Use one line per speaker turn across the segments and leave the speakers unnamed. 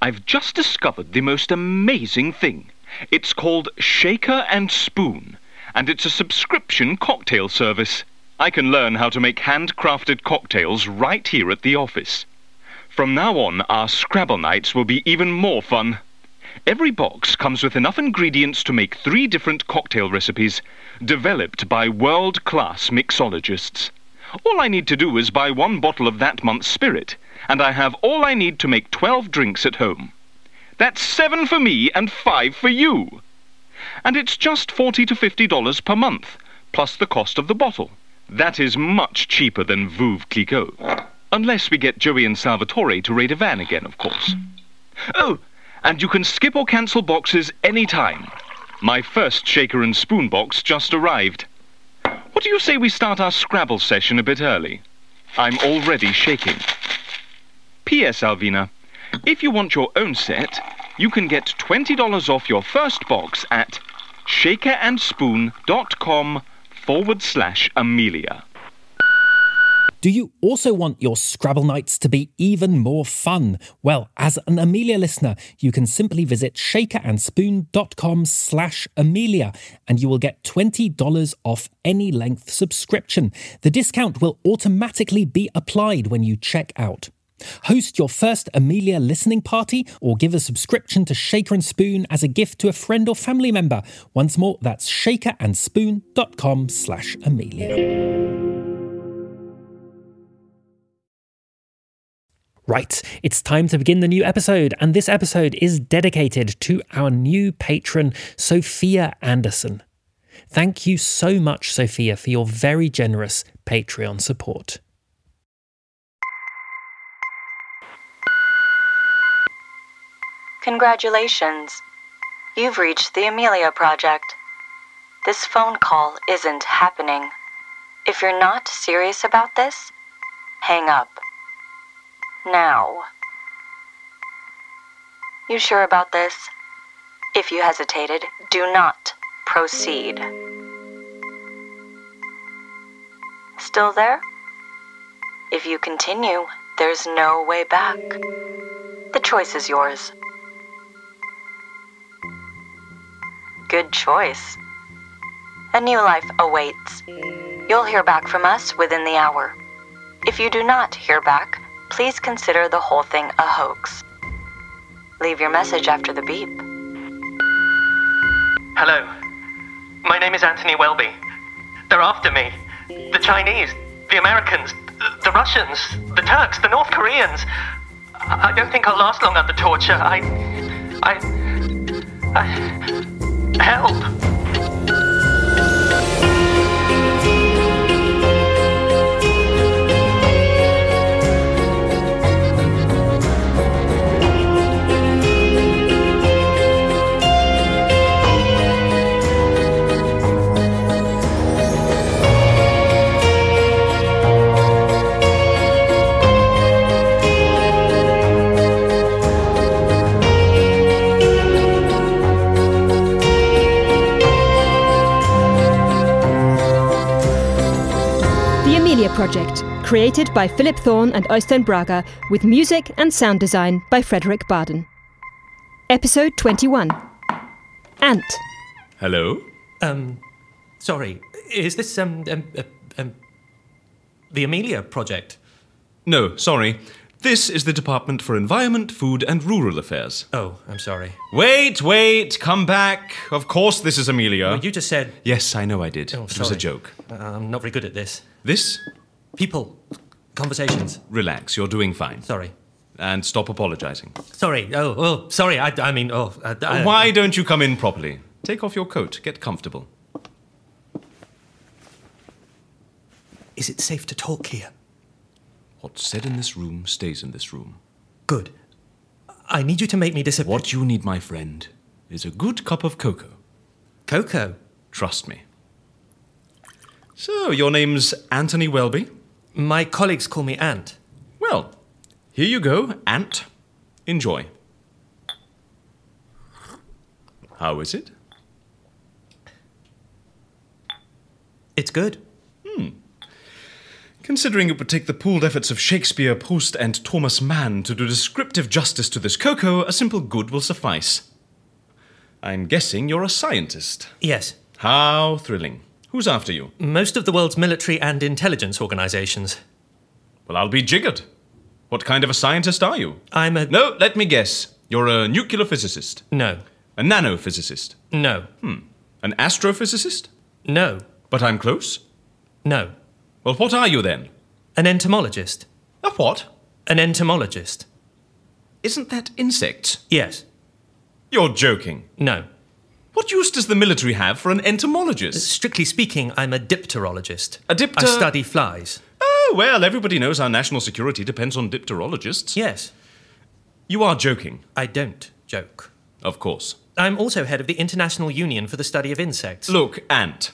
I've just discovered the most amazing thing. It's called Shaker and Spoon, and it's a subscription cocktail service. I can learn how to make handcrafted cocktails right here at the office. From now on, our Scrabble nights will be even more fun. Every box comes with enough ingredients to make three different cocktail recipes, developed by world-class mixologists. All I need to do is buy one bottle of that month's spirit, and I have all I need to make 12 drinks at home. That's seven for me and five for you. And it's just 40 to $50 per month, plus the cost of the bottle. That is much cheaper than Veuve Clicquot. Unless we get Joey and Salvatore to raid a van again, of course. Oh, and you can skip or cancel boxes any time. My first shaker and spoon box just arrived. What do you say we start our Scrabble session a bit early? I'm already shaking. P.S. Alvina, if you want your own set, you can get $20 off your first box at shakerandspoon.com forward slash Amelia.
Do you also want your Scrabble nights to be even more fun? Well, as an Amelia listener, you can simply visit shakerandspoon.com slash Amelia and you will get $20 off any length subscription. The discount will automatically be applied when you check out. Host your first Amelia listening party or give a subscription to Shaker and Spoon as a gift to a friend or family member. Once more, that's shakerandspoon.com slash Amelia.
Right, it's time to begin the new episode, and this episode is dedicated to our new patron, Sophia Anderson. Thank you so much, Sophia, for your very generous Patreon support.
Congratulations. You've reached the Amelia Project. This phone call isn't happening. If you're not serious about this, hang up. Now. You sure about this? If you hesitated, do not proceed. Still there? If you continue, there's no way back. The choice is yours. Good choice. A new life awaits. You'll hear back from us within the hour. If you do not hear back, please consider the whole thing a hoax. Leave your message after the beep.
Hello. My name is Anthony Welby. They're after me. The Chinese, the Americans, the Russians, the Turks, the North Koreans. I I don't think I'll last long under torture. I. I. I. Help!
The Amelia Project, created by Philip Thorne and Øystein Braga, with music and sound design by Frederick Barden. Episode 21 Ant.
Hello?
Um, sorry. Is this, um, um, uh, um, the Amelia Project?
No, sorry. This is the Department for Environment, Food and Rural Affairs.
Oh, I'm sorry.
Wait, wait, come back. Of course, this is Amelia.
Well, you just said
Yes, I know I did. it was a
sorry.
joke.
uh, I'm not very good at this.
This?
People, conversations.
Relax, you're doing fine.
Sorry.
And stop apologizing.
Sorry. Oh, oh, sorry. I, I mean, oh. I, I-
Why don't you come in properly? Take off your coat, get comfortable.
Is it safe to talk here?
What's said in this room stays in this room.
Good.
I need you to make me disappear.
What you need, my friend, is a good cup of cocoa.
Coco.
Trust me. So, your name's Anthony Welby?
My colleagues call me Ant.
Well, here you go, Ant. Enjoy. How is it?
It's good.
Hmm. Considering it would take the pooled efforts of Shakespeare, Post, and Thomas Mann to do descriptive justice to this cocoa, a simple good will suffice. I'm guessing you're a scientist.
Yes.
How thrilling. Who's after you?
Most of the world's military and intelligence organizations.
Well, I'll be jiggered. What kind of a scientist are you?
I'm a.
No, let me guess. You're a nuclear physicist,
No.
a nanophysicist,
No.
an astrophysicist?
No.
But I'm close.
No.
Well, what are you then?
An entomologist.
A what?
An entomologist.
Isn't that insects?
Yes.
You're joking.
No.
What use does the military have for an entomologist?
Strictly speaking, I'm a dipterologist.
A dipter-
I study flies.
Oh, well, everybody knows our national security depends on dipterologists.
Yes.
You are joking,
I don't joke.
of course.
I'm also head of the International Union for the Study of Insects.
Look, Ant,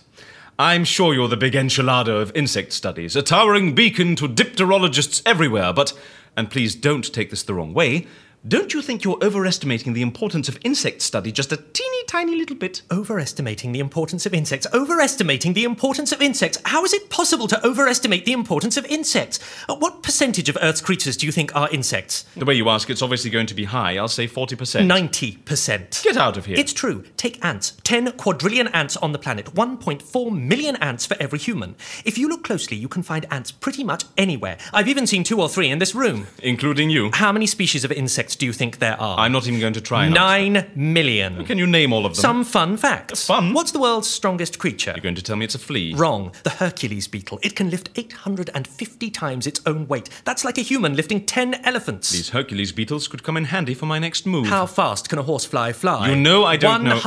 I'm sure you're the big enchilada of insect studies, a towering beacon to dipterologists everywhere, but, and please don't take this the wrong way, don't you think you're overestimating the importance of insect study just a teeny tiny little bit?
Overestimating the importance of insects. Overestimating the importance of insects. How is it possible to overestimate the importance of insects? Uh, What percentage of Earth's creatures do you think are insects?
The way you ask, it's obviously going to be high. I'll say 40%.
90%.
Get out of here.
It's true. Take ants. 10 quadrillion ants on the planet. 1.4 million ants for every human. If you look closely, you can find ants pretty much anywhere. I've even seen two or three in this room.
Including you.
How many species of insects do you think there are?
I'm not even going to try and answer.
Nine million.
Can you name all of them?
Some fun facts.
Fun?
What's the world's strongest creature?
You're going to tell me it's a flea.
Wrong. The Hercules beetle. It can lift 850 times its own weight. That's like a human lifting 10 elephants.
These Hercules beetles could come in handy for my next move.
How fast can a horsefly fly?
You know I don't know.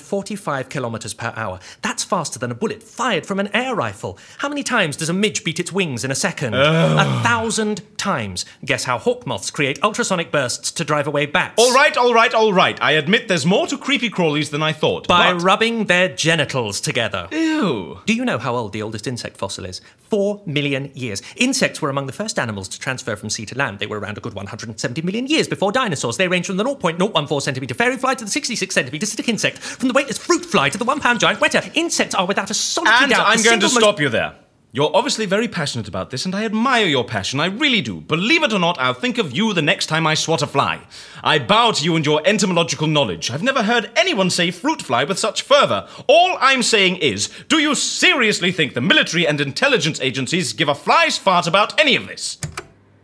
145 kilometers per hour. That's faster than a bullet fired from an air rifle. How many times does a midge beat its wings in a second? A thousand times. Guess how hawk moths create ultrasonic bursts to drive away bats?
All right, all right, all right. I admit there's more to creepy crawlies than I thought.
By
but...
rubbing their genitals together.
Ew.
Do you know how old the oldest insect fossil is? Four million years. Insects were among the first animals to transfer from sea to land. They were around a good 170 million years before dinosaurs. They range from the 0.014 centimeter fairy fly to the 66 centimeter stick insect, from the weightless fruit fly to the one pound giant wetter. Insects are without a solitary
And
doubt.
I'm
the
going to
single most-
stop you there. You're obviously very passionate about this, and I admire your passion. I really do. Believe it or not, I'll think of you the next time I swat a fly. I bow to you and your entomological knowledge. I've never heard anyone say fruit fly with such fervor. All I'm saying is, do you seriously think the military and intelligence agencies give a fly's fart about any of this?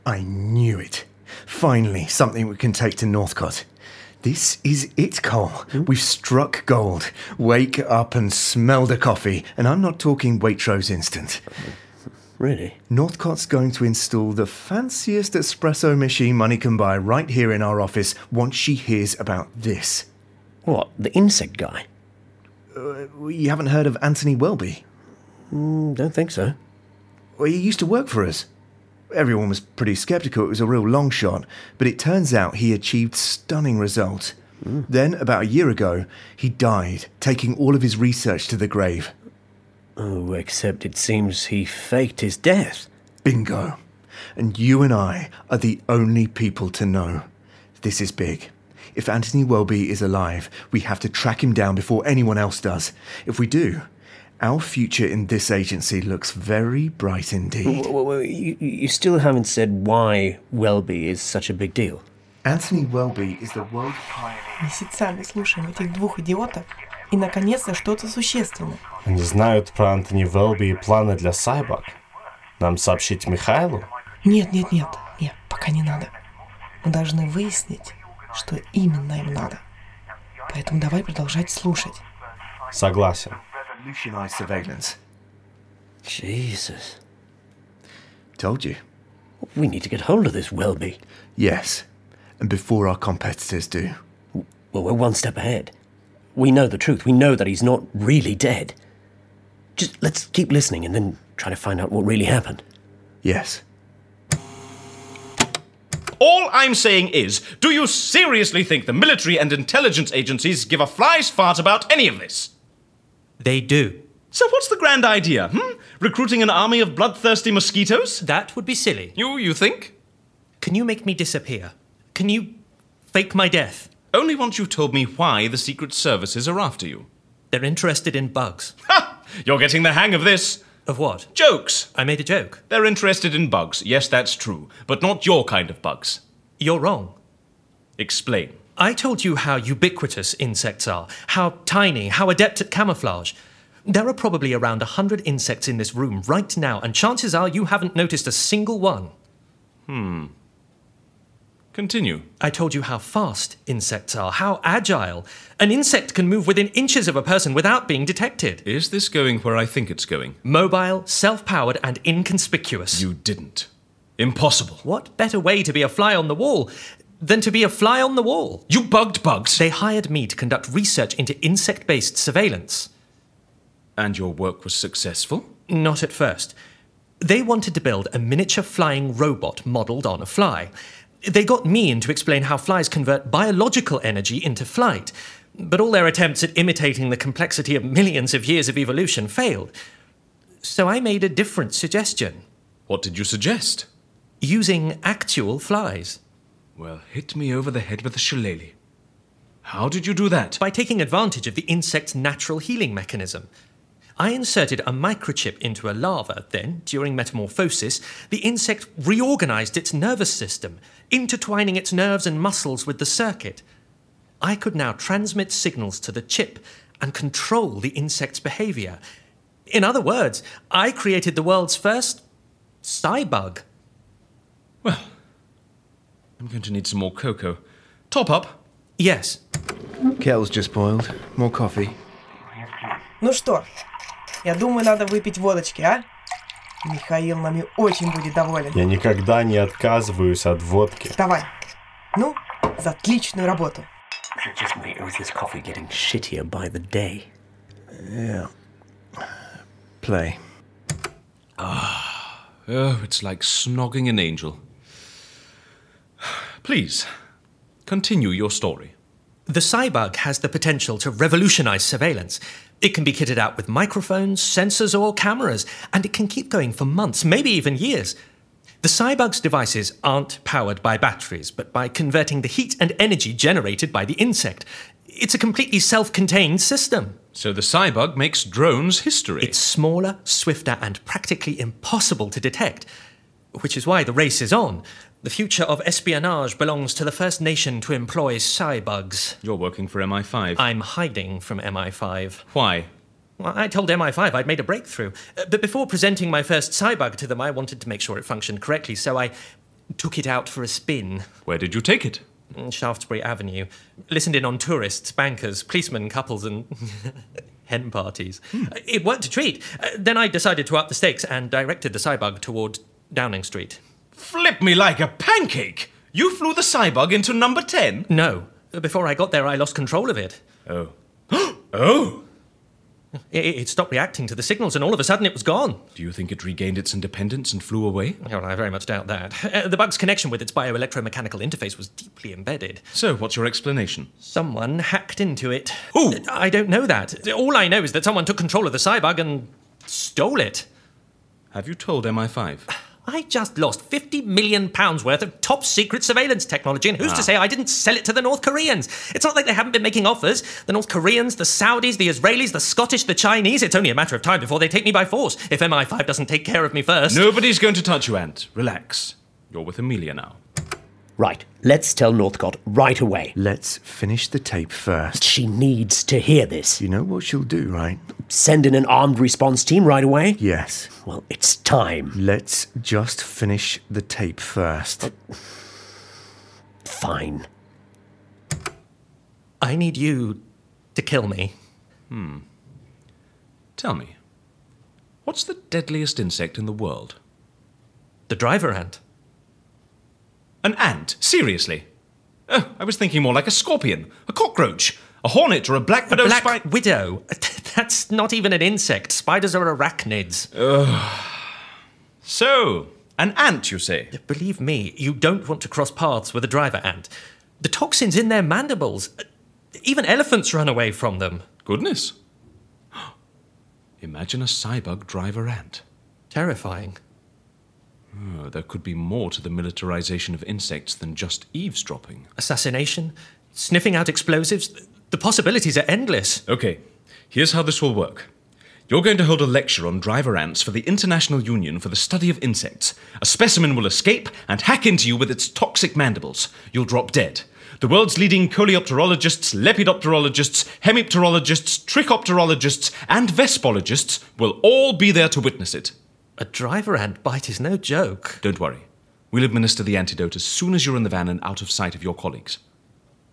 I knew it. Finally, something we can take to Northcott. This is it, Cole.
Hmm?
We've struck gold. Wake up and smell the coffee. And I'm not talking Waitrose instant.
Really?
Northcott's going to install the fanciest espresso machine money can buy right here in our office once she hears about this.
What? The insect guy?
Well, Uh, You haven't heard of Anthony Welby?
Mm, Don't think so.
Well, he used to work for us. Everyone was pretty skeptical, it was a real long shot, but it turns out he achieved stunning results. Then, about a year ago, he died, taking all of his research to the grave.
Oh, except it seems he faked his death.
Bingo. And you and I are the only people to know. This is big. If Anthony Welby is alive, we have to track him down before anyone else does. If we do, our future in this agency looks very bright indeed.
W- w- You, you still haven't said why Welby is such a big deal.
Anthony Welby is the world pioneer.
Месяцами слушаем этих двух идиотов и, наконец-то, что-то существенное.
Они знают про Антони Велби и планы для Сайбак. Нам сообщить Михайлу?
Нет, нет, нет, нет, пока не надо. Мы должны выяснить, что именно им надо. Поэтому давай продолжать слушать.
Согласен.
Revolutionized surveillance.
Jesus.
Told you.
We need to get hold of this Welby.
Yes. And before our competitors do.
Well, we're one step ahead. We know the truth. We know that he's not really dead. Just let's keep listening and then try to find out what really happened.
Yes.
All I'm saying is, do you seriously think the military and intelligence agencies give a fly's fart about any of this?
They do.
So what's the grand idea, hmm? Recruiting an army of bloodthirsty mosquitoes?
That would be silly.
You you think?
Can you make me disappear? Can you fake my death?
Only once you've told me why the Secret Services are after you.
They're interested in bugs.
Ha! You're getting the hang of this.
Of what?
Jokes.
I made a joke.
They're interested in bugs. Yes, that's true. But not your kind of bugs.
You're wrong.
Explain.
I told you how ubiquitous insects are, how tiny, how adept at camouflage. There are probably around 100 insects in this room right now, and chances are you haven't noticed a single one.
Hmm. Continue.
I told you how fast insects are, how agile. An insect can move within inches of a person without being detected.
Is this going where I think it's going?
Mobile, self powered, and inconspicuous.
You didn't. Impossible.
What better way to be a fly on the wall than to be a fly on the wall?
You bugged bugs.
They hired me to conduct research into insect based surveillance.
And your work was successful?
Not at first. They wanted to build a miniature flying robot modelled on a fly. They got me in to explain how flies convert biological energy into flight, but all their attempts at imitating the complexity of millions of years of evolution failed. So I made a different suggestion.
What did you suggest?
Using actual flies.
Well, hit me over the head with a shillelagh. How did you do that?
By taking advantage of the insect's natural healing mechanism. I inserted a microchip into a larva. Then, during metamorphosis, the insect reorganized its nervous system, intertwining its nerves and muscles with the circuit. I could now transmit signals to the chip and control the insect's behavior. In other words, I created the world's first cybug.
Well, I'm going to need some more cocoa. Top up?
Yes.
Kettle's just boiled. More coffee.
Ну что, Я думаю, надо выпить водочки, а? Михаил нами очень будет доволен.
Я никогда не отказываюсь от водки.
Давай. Ну, за отличную работу.
Just wait, or is this coffee getting shittier by the day?
Yeah. Play.
Ah. Oh, it's like snogging an angel. Please, continue your story.
The Cybug has the potential to revolutionize surveillance. It can be kitted out with microphones, sensors, or cameras, and it can keep going for months, maybe even years. The Cybug's devices aren't powered by batteries, but by converting the heat and energy generated by the insect. It's a completely self contained system.
So the Cybug makes drones history.
It's smaller, swifter, and practically impossible to detect, which is why the race is on. The future of espionage belongs to the first nation to employ cybugs.
You're working for MI5.
I'm hiding from MI5.
Why?
Well, I told MI5 I'd made a breakthrough. Uh, but before presenting my first cybug to them, I wanted to make sure it functioned correctly, so I took it out for a spin. Mm,
Where did you take it?
Shaftesbury Avenue. Listened in on tourists, bankers, policemen, couples, and hen parties. Hmm. It worked a treat. Uh, then I decided to up the stakes and directed the cybug toward Downing Street.
Flip me like a pancake! You flew the cybug into number 10?
No. Before I got there, I lost control of it.
Oh. oh!
It, it, stopped reacting to the signals, and all of a sudden it was gone.
Do you think it regained its independence and flew away?
Well, I very much doubt that. Uh, the bug's connection with its bioelectromechanical interface was deeply embedded.
So, what's your explanation?
Someone hacked into it.
Who?
I don't know that. All I know is that someone took control of the cybug and stole it.
Have you told MI5?
I just lost 50 million pounds worth of top secret surveillance technology, and who's ah. to say I didn't sell it to the North Koreans? It's not like they haven't been making offers. The North Koreans, the Saudis, the Israelis, the Scottish, the Chinese. It's only a matter of time before they take me by force if MI5 doesn't take care of me first.
Nobody's going to touch you, Ant. Relax. You're with Amelia now.
Right, let's tell Northcott right away.
Let's finish the tape first.
She needs to hear this.
You know what she'll do, right?
Send in an armed response team right away?
Yes.
Well, it's time.
Let's just finish the tape first. Uh,
fine.
I need you to kill me.
Hmm. Tell me, what's the deadliest insect in the world?
The driver ant.
An ant? Seriously? Oh, I was thinking more like a scorpion, a cockroach, a hornet, or a black widow.
A black spi- widow? That's not even an insect. Spiders are arachnids.
Ugh. So, An ant, you say?
Believe me, you don't want to cross paths with a driver ant. The toxin's in their mandibles. uh, Even elephants run away from them.
Goodness. Imagine a cybug driver ant.
Terrifying.
Oh, there could be more to the militarization of insects than just eavesdropping.
Assassination, sniffing out explosives, the possibilities are endless.
Okay, here's how this will work. You're going to hold a lecture on driver ants for the International Union for the Study of Insects. A specimen will escape and hack into you with its toxic mandibles. You'll drop dead. The world's leading coleopterologists, lepidopterologists, hemipterologists, trichopterologists, and vespologists will all be there to witness it.
A driver ant bite is no joke.
Don't worry. We'll administer the antidote as soon as you're in the van and out of sight of your colleagues.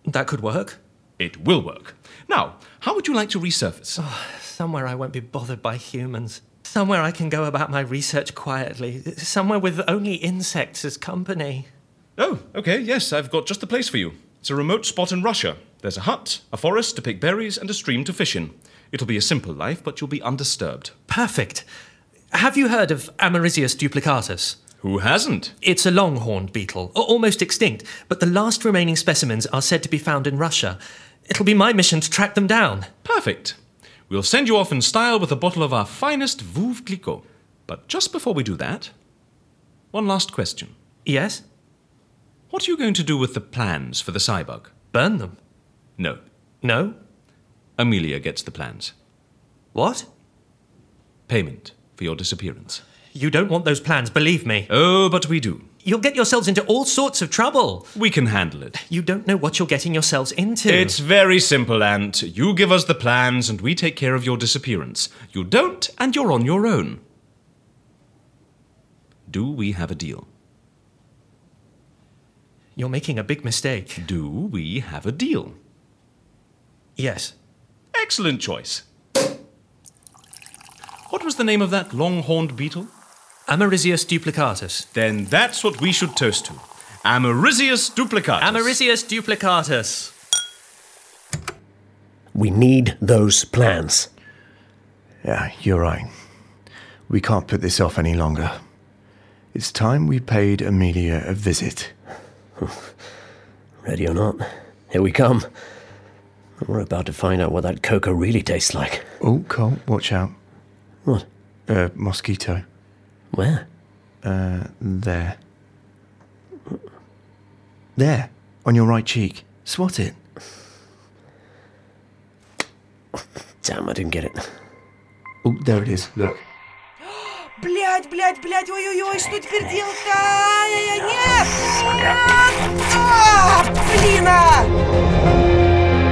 That could work.
It will work. Now, how would you like to resurface?
Ah, Somewhere I won't be bothered by humans. Somewhere I can go about my research quietly. Somewhere with only insects as company.
Oh, okay, yes, I've got just the place for you. It's a remote spot in Russia. There's a hut, a forest to pick berries, and a stream to fish in. It'll be a simple life, but you'll be undisturbed.
Perfect. Have you heard of Amarisius duplicatus?
Who hasn't?
It's a longhorned beetle, a- almost extinct, but the last remaining specimens are said to be found in Russia. It'll be my mission to track them down.
Perfect. We'll send you off in style with a bottle of our finest Veuve Clicquot. But just before we do that, one last question.
Yes?
What are you going to do with the plans for the cybug?
Burn them.
No.
No?
Amelia gets the plans.
What?
Payment for your disappearance.
You don't want those plans, believe me.
Oh, but we do.
You'll get yourselves into all sorts of trouble.
We can handle it.
You don't know what you're getting yourselves into.
It's very simple, Ant. You give us the plans and we take care of your disappearance. You don't, and you're on your own. Do we have a deal?
You're making a big mistake.
Do we have a deal?
Yes.
Excellent choice. What was the name of that long horned beetle?
Amarisius duplicatus.
Then that's what we should toast to. Amarisius duplicatus.
Amarisius duplicatus.
We need those plans.
Yeah, you're right. We can't put this off any longer. It's time we paid Amelia a visit.
Ready or not, here we come. We're about to find out what that cocoa really tastes like.
Oh, Cole, watch out.
What?
Uh, mosquito.
Where?
Uh, there. There, on your right cheek. Swat it.
Damn, I didn't get it.
Oh, there it is. Look.
Блять, блять, блять, ой-ой-ой, что теперь делать-то? Ай-яй-яй, нет! Нет! А, блин! а!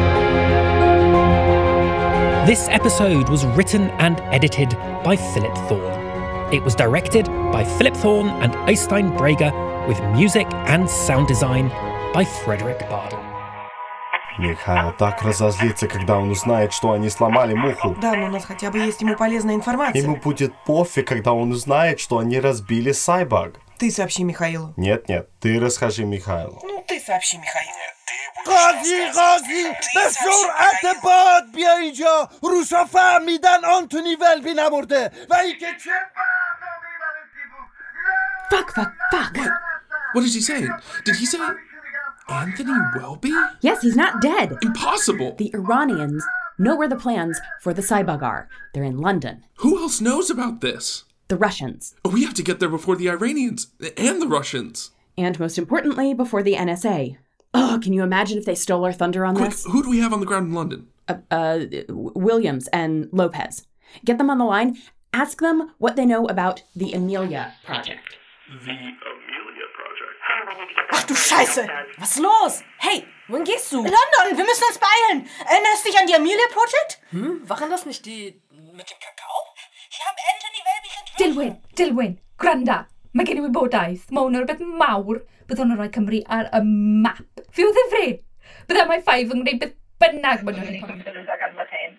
This episode was written and edited by Philip Thorne. It was directed by Philip Thorne and Eystein Brager, with music and sound design by Frederick Barden.
Михаил так разозлится, когда он узнает, что они сломали муху.
Да, но у нас хотя бы есть ему полезная информация.
Ему будет пофиг, когда он узнает, что они разбили Сайбаг.
Ты сообщи Михаилу.
Нет, нет, ты расскажи Михаилу.
Ну, ты сообщи Михаилу.
قاضی قاضی به سرعت باد بیا اینجا روسا فهمیدن آنتونی ولبی نمرده و اینکه چه
Fuck, fuck, fuck.
What did he say? Did he say Anthony Welby?
Yes, he's not dead.
Impossible.
The Iranians know where the plans for the Cybug are. They're in London.
Who else knows about this?
The Russians.
We have to get there before the Iranians and the Russians.
And most importantly, before the NSA. Oh, can you imagine if they stole our thunder on
Quick,
this?
who do we have on the ground in London?
Uh, uh, Williams and Lopez. Get them on the line. Ask them what they know about the Amelia Project.
Ach du Scheiße! Was ist los? Hey, wohin gehst du? London, wir müssen uns beeilen! Erinnerst du dich an die Amelia Project? Hm? Waren das nicht die mit dem Kakao? Hier haben Anthony Welby
Dilwyn, Dilwyn, gwranda. Mae gen i wybodaeth. Mae hwn yn rhywbeth mawr bydd hwn yn rhoi Cymru ar y map. Fi oedd ddifri. Bydda mae ffaif yn gwneud beth bynnag maen nhw'n ei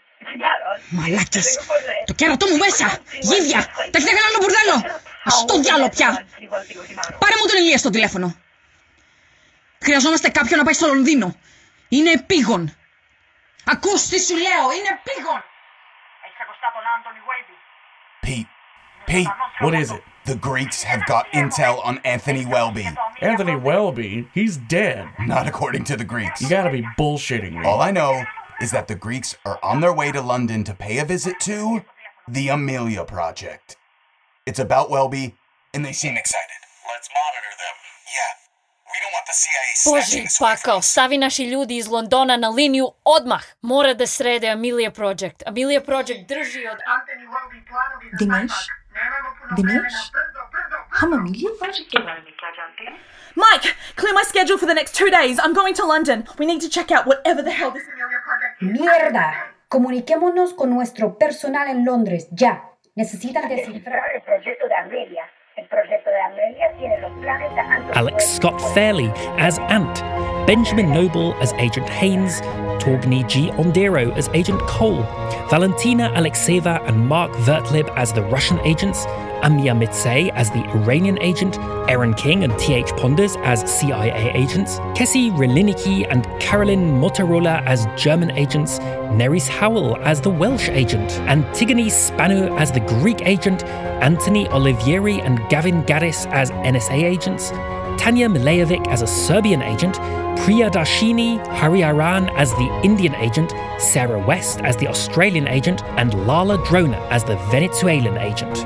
Μαλάκες! Το κέρατό μου μέσα! Γίδια! Τα ξέχανα να μπουρδέλο! Ας το διάλο πια! Πάρε μου τον Ηλία στο τηλέφωνο! Χρειαζόμαστε κάποιον να πάει στο Λονδίνο! Είναι επίγον! Ακούς τι σου λέω! Είναι επίγον!
Pete, Pete, what is it? The Greeks have got intel on Anthony Welby.
Anthony Welby, he's dead.
Not according to the Greeks.
You gotta be bullshitting me.
All I know is that the Greeks are on their way to London to pay a visit to the Amelia Project. It's about Welby, and they seem excited.
Let's monitor them. Yeah. We don't want the CIA
Boži, pa kao, stavi naši ljudi iz Londona na liniju odmah. Mora da srede Amelia Project. Amelia Project drži od...
Dinesh? Dinesh? How many
Mike, clear my schedule for the next two days. I'm going to London. We need to check out whatever the hell this.
¡Mierda! Comuniquémonos con nuestro personal en Londres, ya. Necesitan descifrar.
El proyecto de Amelia. El proyecto de Amelia tiene los planes de Anthony
Alex Scott Fairley as Ant, Benjamin Noble as Agent Haynes, Torgny G. Ondero as Agent Cole, Valentina Alexeva and Mark Vertlib as the Russian agents, Amya Mitsei as the Iranian agent, Aaron King and T.H. Ponders as CIA agents, Kessie Relinicki and Carolyn Motorola as German agents, Neris Howell as the Welsh agent, Antigone Spanu as the Greek agent, Anthony Olivieri and Gavin Gaddis as NSA agents, Tanya Milejevic as a Serbian agent, Priya Darshini Hariharan as the Indian agent, Sarah West as the Australian agent, and Lala Drona as the Venezuelan agent.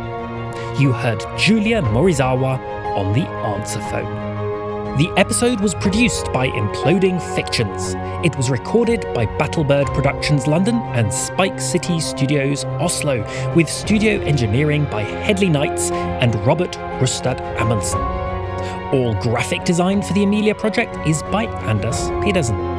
You heard Julia Morizawa on the answer phone. The episode was produced by Imploding Fictions. It was recorded by Battlebird Productions London and Spike City Studios Oslo, with studio engineering by Headley Knights and Robert Rustad Amundsen. All graphic design for the Amelia project is by Anders Petersen.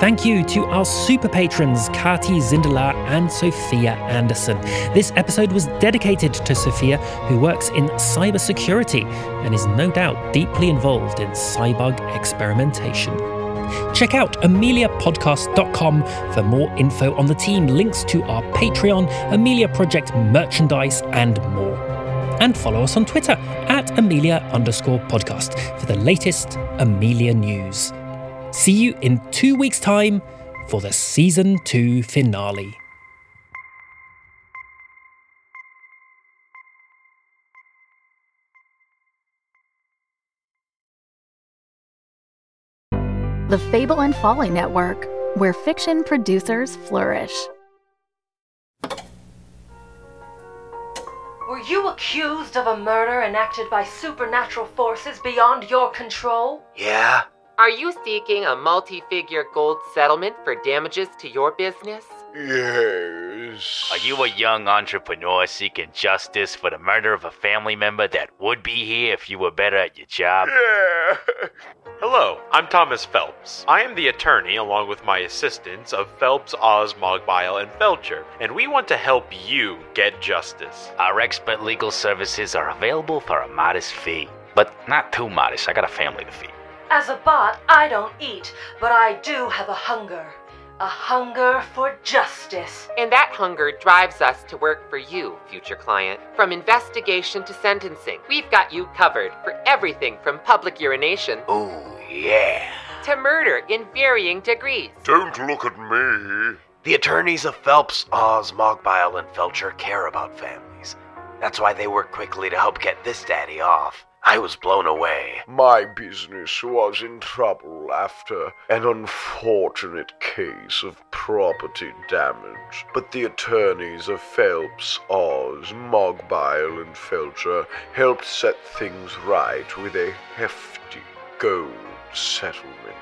Thank you to our super patrons, Kati Zindelar and Sophia Anderson. This episode was dedicated to Sophia, who works in cybersecurity and is no doubt deeply involved in cyborg experimentation. Check out ameliapodcast.com for more info on the team, links to our Patreon, Amelia Project merchandise, and more. And follow us on Twitter at Amelia underscore podcast for the latest Amelia news. See you in two weeks' time for the season two finale.
The Fable and Folly Network, where fiction producers flourish.
Were you accused of a murder enacted by supernatural forces beyond your control?
Yeah?
Are you seeking a multi figure gold settlement for damages to your business?
Yes.
Are you a young entrepreneur seeking justice for the murder of a family member that would be here if you were better at your job?
Yeah.
Hello, I'm Thomas Phelps. I am the attorney, along with my assistants, of Phelps, Oz, Mogbile, and Felcher, and we want to help you get justice.
Our expert legal services are available for a modest fee, but not too modest. I got a family to feed.
As a bot, I don't eat, but I do have a hunger. A hunger for justice.
And that hunger drives us to work for you, future client. From investigation to sentencing, we've got you covered for everything from public urination
Ooh, yeah.
to murder in varying degrees.
Don't look at me.
The attorneys of Phelps, Oz, Mogbile, and Felcher care about families. That's why they work quickly to help get this daddy off. I was blown away.
My business was in trouble after an unfortunate case of property damage, but the attorneys of Phelps, Oz, Mogbile, and Felcher helped set things right with a hefty gold settlement.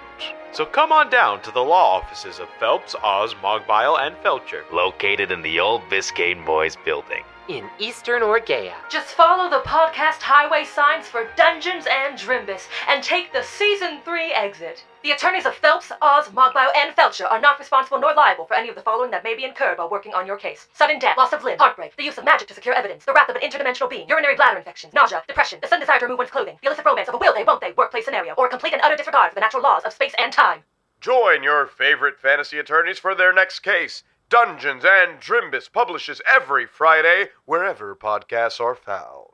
So come on down to the law offices of Phelps, Oz, Mogbile, and Felcher.
Located in the old Biscayne Boys building.
In Eastern Orgea.
Just follow the podcast highway signs for Dungeons and Drimbus and take the Season 3 exit. The attorneys of Phelps, Oz, Mogbio, and Felcher are not responsible nor liable for any of the following that may be incurred while working on your case sudden death, loss of limb, heartbreak, the use of magic to secure evidence, the wrath of an interdimensional being, urinary bladder infection, nausea, depression, the sudden desire to remove one's clothing, the illicit romance of a will they, won't they workplace scenario, or complete and utter disregard for the natural laws of space and time.
Join your favorite fantasy attorneys for their next case. Dungeons and Drimbus publishes every Friday wherever podcasts are found.